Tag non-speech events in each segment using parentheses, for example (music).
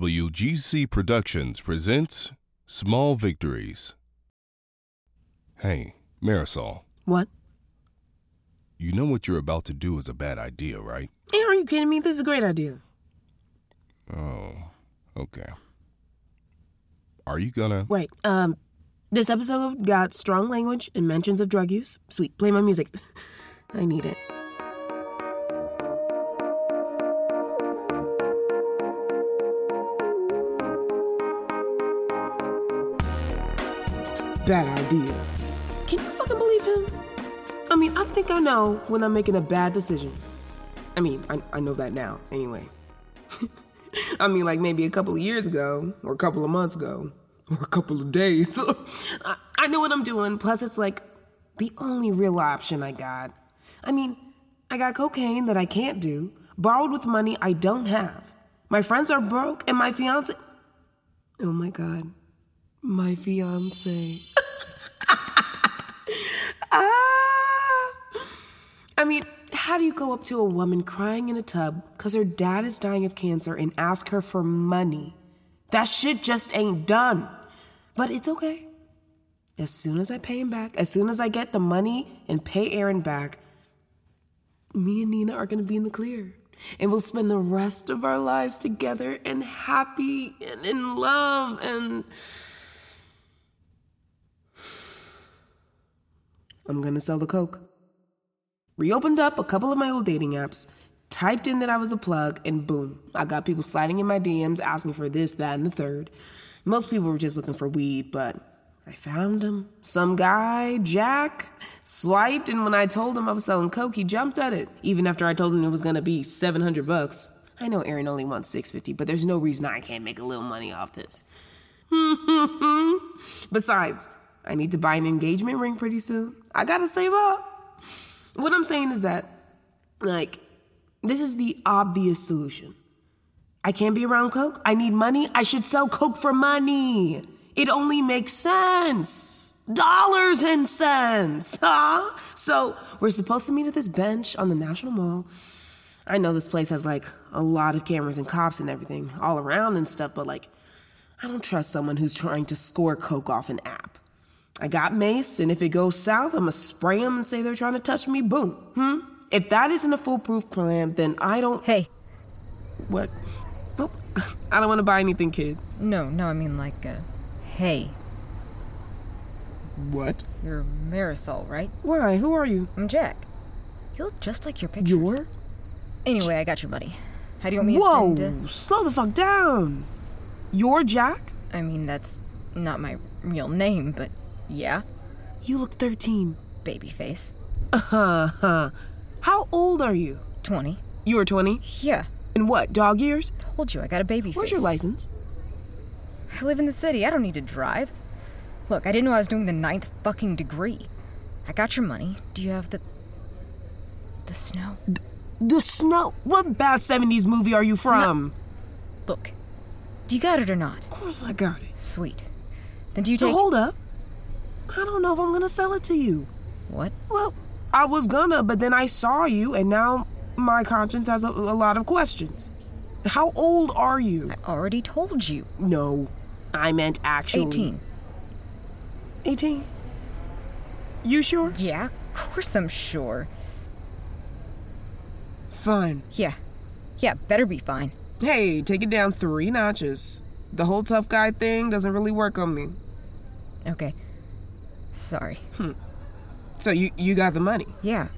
WGC Productions presents Small Victories. Hey, Marisol, What? you know what you're about to do is a bad idea, right? Hey, are you kidding me? This is a great idea. Oh, okay. Are you gonna? Right. Um, this episode got strong language and mentions of drug use. Sweet. Play my music. (laughs) I need it. Bad idea. Can you fucking believe him? I mean, I think I know when I'm making a bad decision. I mean, I, I know that now, anyway. (laughs) I mean, like maybe a couple of years ago, or a couple of months ago, (laughs) or a couple of days. (laughs) I, I know what I'm doing. Plus, it's like the only real option I got. I mean, I got cocaine that I can't do, borrowed with money I don't have. My friends are broke, and my fiance. Oh my God. My fiance. (laughs) ah! I mean, how do you go up to a woman crying in a tub because her dad is dying of cancer and ask her for money? That shit just ain't done. But it's okay. As soon as I pay him back, as soon as I get the money and pay Aaron back, me and Nina are gonna be in the clear. And we'll spend the rest of our lives together and happy and in love and. I'm gonna sell the Coke reopened up a couple of my old dating apps, typed in that I was a plug, and boom, I got people sliding in my DMs asking for this, that, and the third. Most people were just looking for weed, but I found him. Some guy, Jack, swiped, and when I told him I was selling coke, he jumped at it. Even after I told him it was gonna be 700 bucks. I know Aaron only wants 650, but there's no reason I can't make a little money off this. (laughs) Besides, I need to buy an engagement ring pretty soon. I gotta save up what I'm saying is that, like, this is the obvious solution. I can't be around Coke. I need money. I should sell Coke for money. It only makes sense. Dollars and cents, (laughs) huh? So we're supposed to meet at this bench on the National Mall. I know this place has like a lot of cameras and cops and everything all around and stuff, but like, I don't trust someone who's trying to score Coke off an app. I got mace, and if it goes south, I'ma spray them and say they're trying to touch me. Boom. Hmm? If that isn't a foolproof plan, then I don't. Hey, What? Nope. (laughs) I don't want to buy anything, kid. no, no, I mean like, uh, hey, What? you're Marisol, right? Why? Who are you? I'm Jack. You look just like your pictures. You're? Anyway, I got your money. How do you want me Whoa! to send? Slow the fuck down. You're Jack? Uh, I mean, that's not my real name, but yeah, You look (laughs) 13. babyface, Uh huh. How old are you? twenty. You are 20. Yeah, And what? Dog years? told you I got a baby Where's face. your license? I live in the city. I don't need to drive. Look, I didn't know I was doing the ninth fucking degree. I got your money. Do you have the the snow? The snow. What bad 70s movie are you from? Look, do you got it or not? Of course I got it. Sweet. Then do you So take hold up. I don't know if I'm gonna sell it to you. what? Well, I was gonna, but then I saw you, and now my conscience has a, a lot of questions. How old are you? I already told you. No, I meant actually. 18. 18. You sure? Yeah, of course I'm sure. Fine. Yeah. Yeah, better be fine. Hey, take it down three notches. The whole tough guy thing doesn't really work on me. Okay. Sorry. So you, you got the money. Yeah.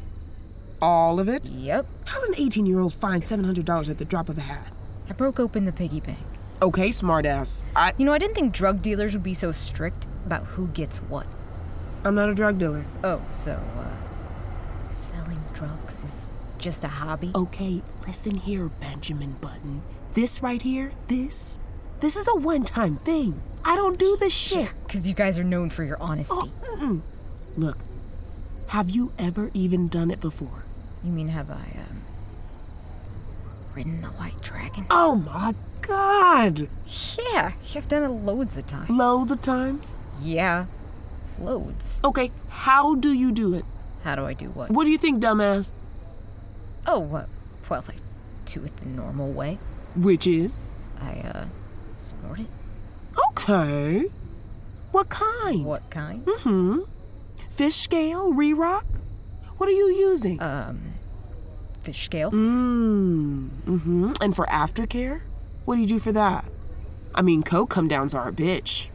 All of it? Yep. How's an 18 year old find $700 at the drop of a hat? I broke open the piggy bank. Okay, smartass. I, You know, I didn't think drug dealers would be so strict about who gets what. I'm not a drug dealer. Oh, so, uh, selling drugs is just a hobby? Okay, listen here, Benjamin Button. This right here, this, this is a one time thing. I don't do this shit. Oh, Because you guys are known for your honesty. Mm-mm. Look, have you ever even done it before? You mean, have I, um, ridden the white dragon? (laughs) Oh my god! Yeah, I've done it loads of times. Loads of times. Yeah, loads. Okay, how do you do it? How do I do what? What do you think, dumbass? Oh, uh, well, I do it the normal way. Which is? I, uh, snorted? Okay. What kind? What kind? Hmm? Fish scale? Re-rock? What are you using? Uh. Fish scale? hmm And for aftercare? What do you do for that? I mean, co come downs are a bitch.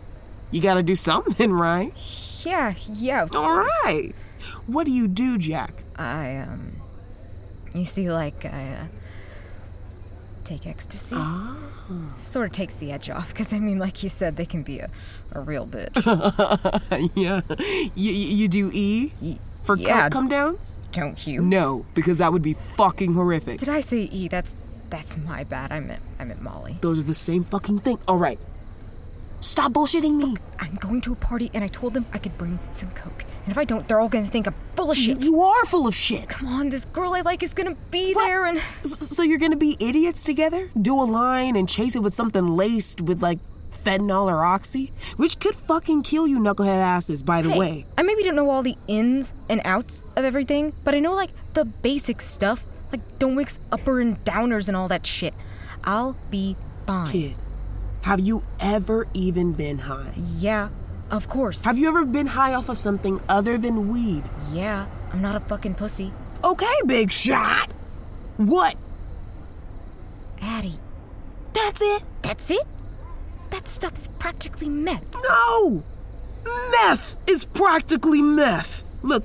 You gotta do something, (laughs) right? Yeah, yeah, of All course. right. What do you do, Jack? (laughs) I, um, you see, like, I, uh, take ecstasy. Ah. Sort of takes the edge off, because, I mean, like you said, they can be a, a real (laughs) bitch. yeah. You, you you do E? Y- For yeah. coke come downs? Don't you? No, because that would be fucking horrific. Did I say E? That's, that's my bad. I meant, I meant Molly. Those are the same fucking thing. All right. Stop bullshitting me. I'm going to a party, and I told them I could bring some coke. And if I don't, they're all gonna think I'm full of You, shit. you are full of shit. Come on, this girl I like is gonna be What? there, and S- so you're gonna be idiots together? Do a line and chase it with something laced with like fentanyl or oxy? Which could fucking kill you knucklehead asses, by the Hey, way. I maybe don't know all the ins and outs of everything, but I know like the basic stuff, like don't mix upper and downers and all that shit. I'll be fine. Kid, have you ever even been high? Yeah, of course. Have you ever been high off of something other than weed? Yeah, I'm not a fucking pussy. Okay, big shot. What? Addie, That's it? that's it? That stuff is practically meth. No! Meth is practically meth. Look,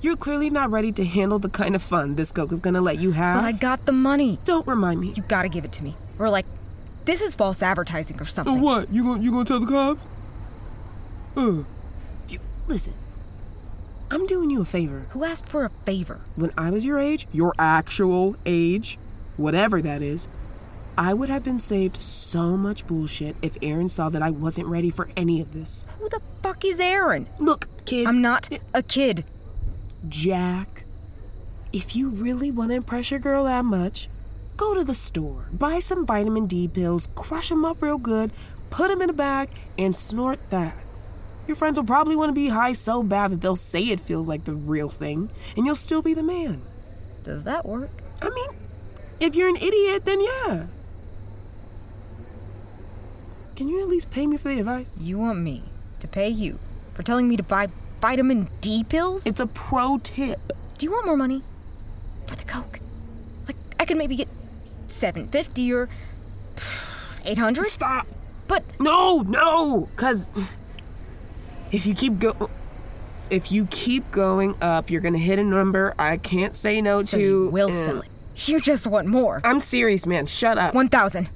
you're clearly not ready to handle the kind of fun this coke is gonna let you have. But I got the money. Don't remind me. You gotta give it to me. Or like, this is false advertising or something. Uh, What? You gonna you gonna tell the cops? Uh. You- listen, I'm doing you a favor. Who asked for a favor? When I was your age, your actual age, whatever that is, I would have been saved so much bullshit if Aaron saw that I wasn't ready for any of this. Who the fuck is Aaron? Look, kid. I'm not a kid. Jack, if you really want to impress your girl that much, go to the store, buy some vitamin D pills, crush them up real good, put them in a bag, and snort that. Your friends will probably want to be high so bad that they'll say it feels like the real thing, and you'll still be the man. Does that work? I mean, if you're an idiot, then yeah. Can you at least pay me for the advice? You want me to pay you for telling me to buy vitamin D pills? It's a pro tip. Do you want more money for the coke? Like I could maybe get 750 or 800? Stop! But No, no, because if you keep go, if you keep going up, you're gonna hit a number I can't say no so to. uh, you will and- sell it. You just want more. I'm serious, man. Shut up. 1000.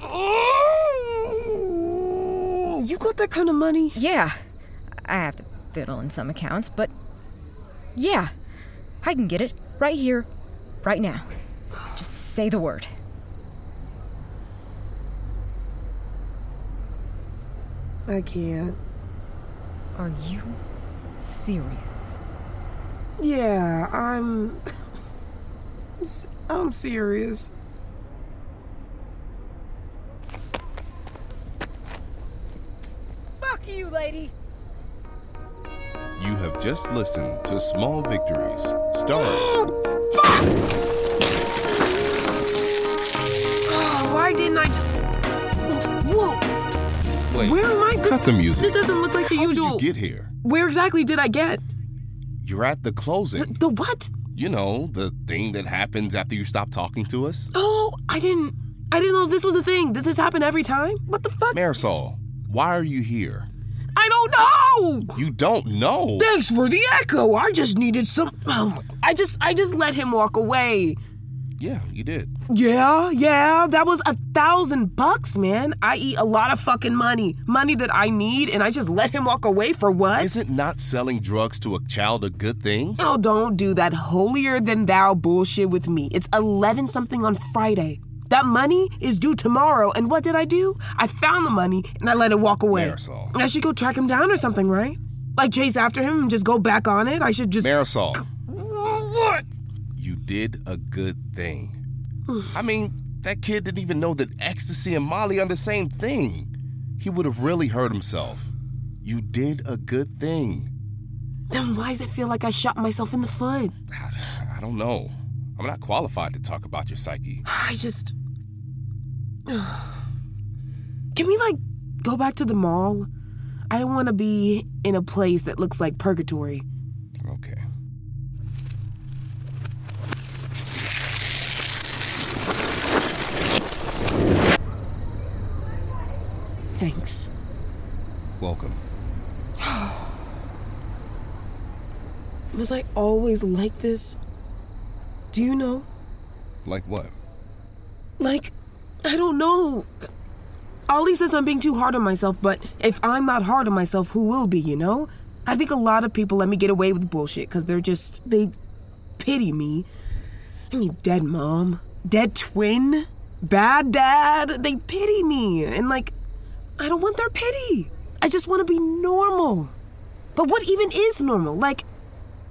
Oh, You got that kind of money? Yeah. I have to fiddle in some accounts, but yeah. I can get it right here right now. Just say the word. I can't. Are you serious? Yeah, I'm. (laughs) I'm s- I'm serious. Fuck you, lady. You have just listened to Small Victories, starring (gasps) Oh, (sighs) why didn't I just? Whoa, Wait, where am I? cut the music. This doesn't look like the How did usual. you get here? where exactly did I get? You're at the closing. The what? You know, the thing that happens after you stop talking to us. Oh, I didn't. I didn't know this was a thing. Does this happen every time? What the fuck? Marisol, why are you here? I don't know. You don't know. Thanks for the echo. I just needed some. Oh, I just, I just let him walk away. Yeah, you did. Yeah, yeah. That was a thousand bucks, man. I eat a lot of fucking money, money that I need, and I just let him walk away for what? Isn't not selling drugs to a child a good thing? Oh, don't do that holier than thou bullshit with me. It's 11 something on Friday. That money is due tomorrow, and what did I do? I found the money and I let it walk away. Marisol. I should go track him down or something, right? Like chase after him and just go back on it? I should just. Marisol, what? you did a good thing. I mean, that kid didn't even know that ecstasy and Molly are the same thing. He would have really hurt himself. You did a good thing. Then why does it feel like I shot myself in the foot? I don't know. I'm not qualified to talk about your psyche. I just. (sighs) Can we, like, go back to the mall? I don't want to be in a place that looks like purgatory. Okay. Thanks. Welcome. Was I always like this? Do you know? Like what? Like, I don't know. Ollie says I'm being too hard on myself, but if I'm not hard on myself, who will be, you know? I think a lot of people let me get away with bullshit because they're just. they pity me. I mean, dead mom, dead twin, bad dad. They pity me. And, like, I don't want their pity. I just want to be normal. But what even is normal? Like,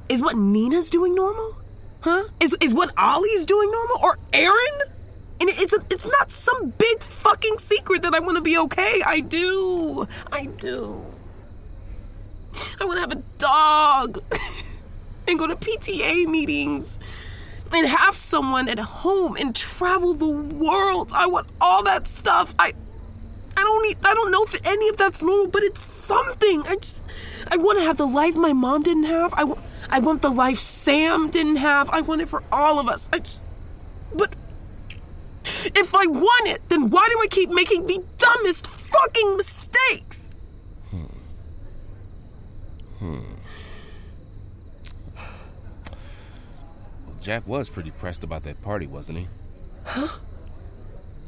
is what Nina's doing normal? Huh? Is is what Ollie's doing normal or Aaron? And it's it's not some big fucking secret that I want to be okay. I do. I do. I want to have a dog (laughs) and go to PTA meetings and have someone at home and travel the world. I want all that stuff. I I don't need, I don't know if any of that's normal, but it's something. I just I want to have the life my mom didn't have. I, wa- I want the life Sam didn't have. I want it for all of us. I just but if I want it, then why do I keep making the dumbest fucking mistakes? Jack was pretty pressed about that party, wasn't he?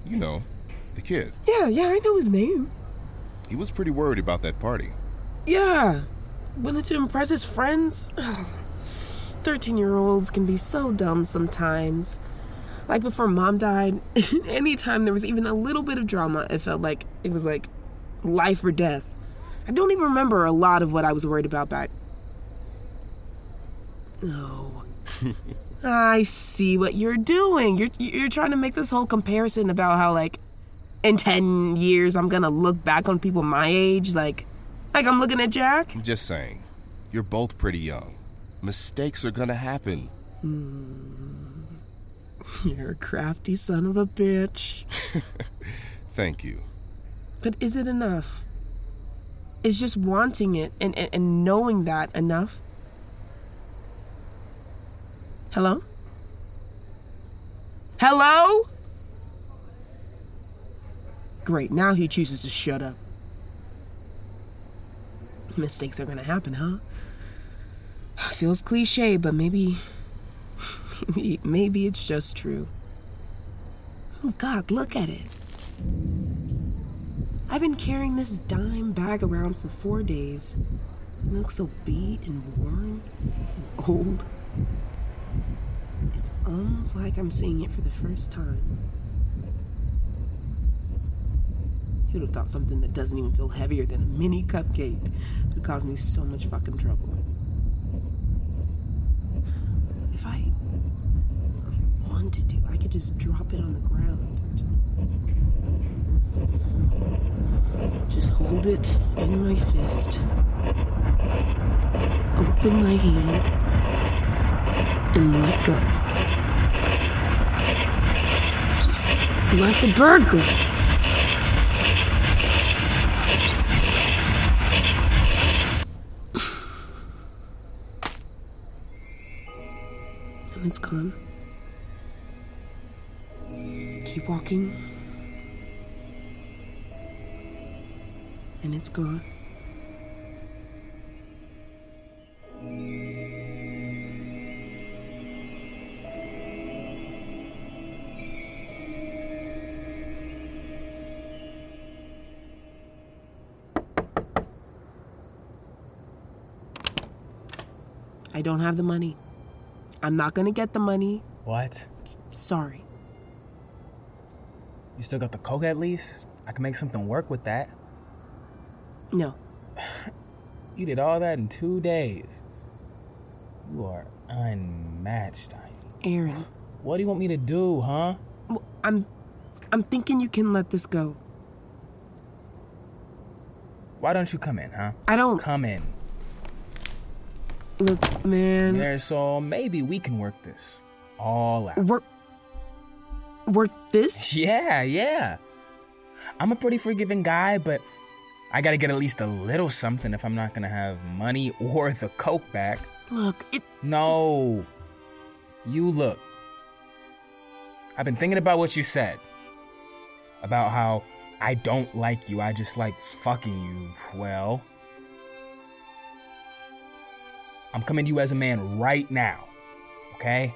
you know, the kid. Yeah, yeah, I know his name. He was pretty worried about that party. Yeah. Wanted to impress his friends? (sighs) 13 year olds can be so dumb sometimes. Like before mom died, (laughs) anytime there was even a little bit of drama, it felt like it was like life or death. I don't even remember a lot of what I was worried about back. No. (laughs) I see what you're doing. You're you're trying to make this whole comparison about how like in 10 years I'm going to look back on people my age like like I'm looking at Jack. I'm just saying, you're both pretty young. Mistakes are gonna happen. (laughs) You're a crafty son of a bitch. Thank you. But is it enough? Is just wanting it and, and, and knowing that enough? Hello? Hello? Great, now he chooses to shut up. Mistakes are gonna happen, huh? (sighs) Feels cliche, but maybe. (laughs) Maybe, maybe it's just true. Oh, God, look at it. I've been carrying this dime bag around for four days. It looks so beat and worn and old. It's almost like I'm seeing it for the first time. You'd have thought something that doesn't even feel heavier than a mini cupcake would cause me so much fucking trouble. If I wanted to, I could just drop it on the ground. Just hold it in my fist. Open my hand and let go. Just let the bird go. Just. (sighs) And it's gone. Keep walking. and it's gone. I don't have the money. I'm not gonna get the money. What? Sorry. You still got the coke at least? I can make something work with that. No. You did all that in two days. You are unmatched. I- Aaron, What do you want me to do, huh? w- I'm I'm thinking you can let this go. Why don't you come in, huh? I don't Come in. look, man. There, so maybe we can work this all out. (laughs) Work. Work this? Yeah, yeah. I'm a pretty forgiving guy, but I gotta get at least a little something if I'm not gonna have money or the coke back. Look, it. No. You look. I've been thinking about what you said. About how I don't like you, I just like fucking you. Well, I'm coming to you as a man right now, okay?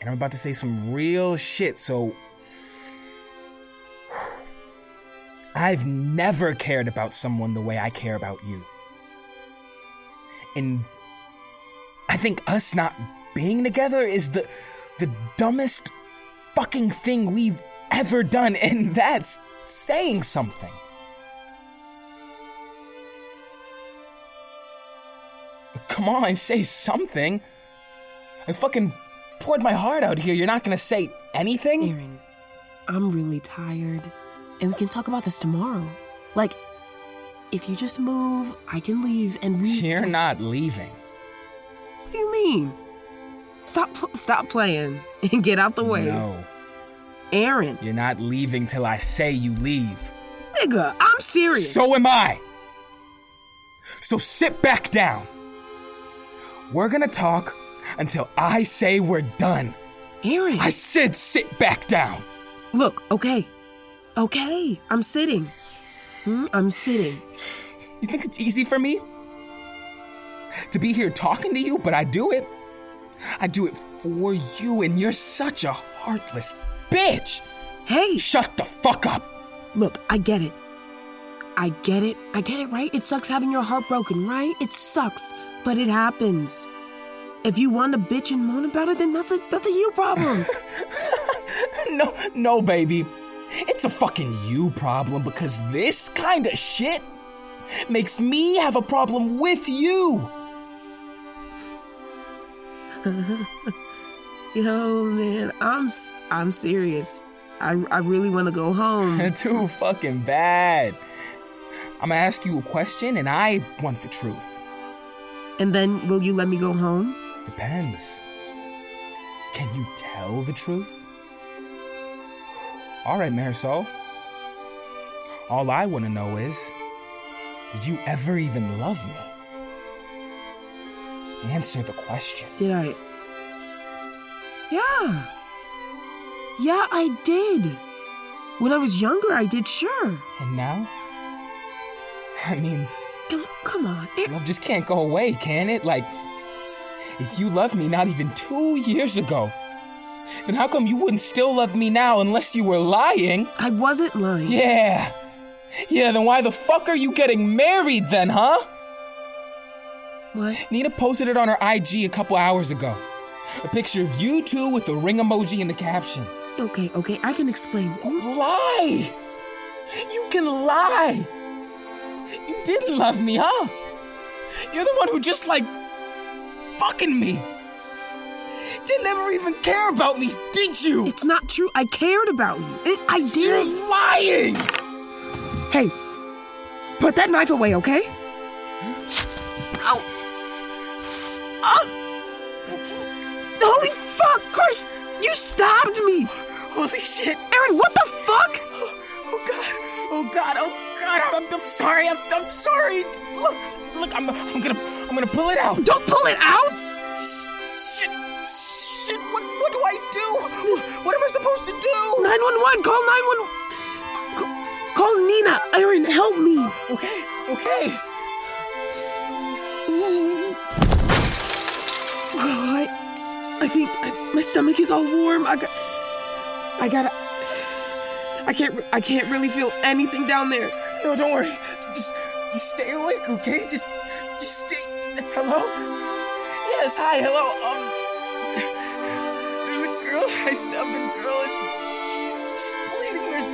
And I'm about to say some real shit, so. I've never cared about someone the way I care about you. And I think us not being together is the the dumbest fucking thing we've ever done, (laughs) and that's saying something. Come on, (laughs) say something. I fucking poured my heart out here. You're not gonna say anything? Aaron, I'm really tired, and we can talk about this tomorrow. Like, if you just move, I can leave, and we. (laughs) You're can- not leaving. What do you mean? Stop! pl- Stop playing (laughs) and get out the way, No, Aaron. you're not leaving till I say you leave. Nigga, I'm serious. So am I. So sit back down. We're gonna talk until I say we're done. Aaron. I said sit back down. Look, okay. Okay, I'm sitting. Hmm, I'm sitting. You think it's easy for me to be here talking to you, but I do it. I do it for you, and you're such a heartless bitch. Hey, sh- Shut the fuck up. look, I get it. I get it. I get it, right? It sucks having your heart broken, right? It sucks, but it happens. If you want to bitch and moan about it, then that's a that's a you problem. (laughs) No, no, baby. It's a fucking you problem because this kind of shit makes me have a problem with you. (laughs) Yo, man, I'm s- I'm serious. I I really want to go (laughs) home. Too fucking bad. I'm gonna ask you a question and I want the truth. And then will you let me go home? Depends. Can you tell the truth? All right, Marisol. All I want to know is did you ever even love me? Answer the question. Did I? Yeah. Yeah, I did. When I was younger, I did, sure. And now? I mean, Come, come on. It- love just can't go away, can it? Like, if you loved me not even two years ago, then how come you wouldn't still love me now unless you were lying? I wasn't lying. Yeah. Yeah, then why the fuck are you getting married then, huh? What? Nina posted it on her IG a couple hours ago. A picture of you two with a ring emoji in the caption. Okay, okay, I can explain. Lie! You can lie! You didn't love me, huh? You're the one who just like fucking me. Didn't ever even care about me, did you? It's not true. I cared about you. It, I You're did. lying! Hey, put that knife away, okay? Ow. Ah. Holy fuck, Chris! You stabbed me! Holy shit! Aaron, what the fuck? Oh god! Oh god! Oh god! I'm, I'm sorry! I'm, I'm sorry! Look! Look! I'm, I'm gonna I'm gonna pull it out! Don't pull it out! Shit! Shit! What, what do I do? What am I supposed to do? 911, call 911. C- Call Nina. Aaron, help me. Okay, okay. (laughs) Oh, I, I think I, my stomach is all warm. I got, I gotta, I can't, re- I can't really feel anything down there. No, don't worry. Just, just stay awake, okay? Just, just stay. Hello? Yes, hi, hello. Um, (laughs) there's a girl. I stabbed a girl, and she's, she's bleeding. There's,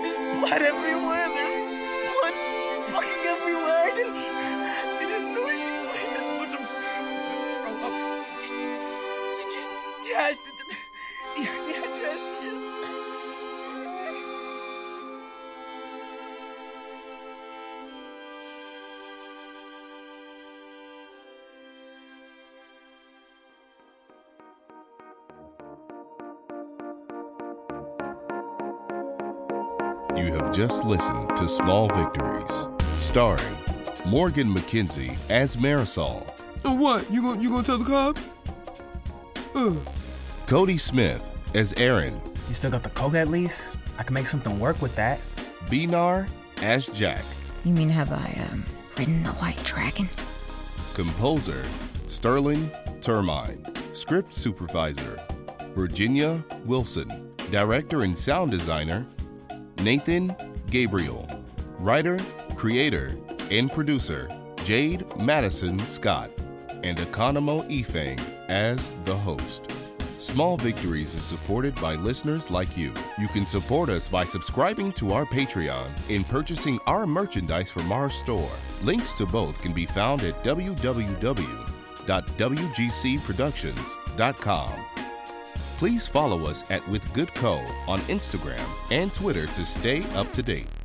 there's blood everywhere. There's blood fucking everywhere. I didn't, I didn't know she bleed this much. I'm gonna throw up. She just, she just dashed the, the, the address is. You have just listened to Small Victories, starring Morgan McKenzie as Marisol, Oh, what? You gonna you gonna tell the cop? Ugh. Cody Smith as Aaron, You still got the coke at least? I can make something work with that. Binar as Jack, You mean have I um, ridden the white dragon? composer Sterling Termine, script supervisor Virginia Wilson, director and sound designer Nathan Gabriel, writer, creator, and producer Jade Madison Scott, and Economo Ifang as the host. Small Victories is supported by listeners like you. You can support us by subscribing to our Patreon and purchasing our merchandise from our store. Links to both can be found at www.wgcproductions.com. Please follow us at With Good Co on Instagram and Twitter to stay up to date.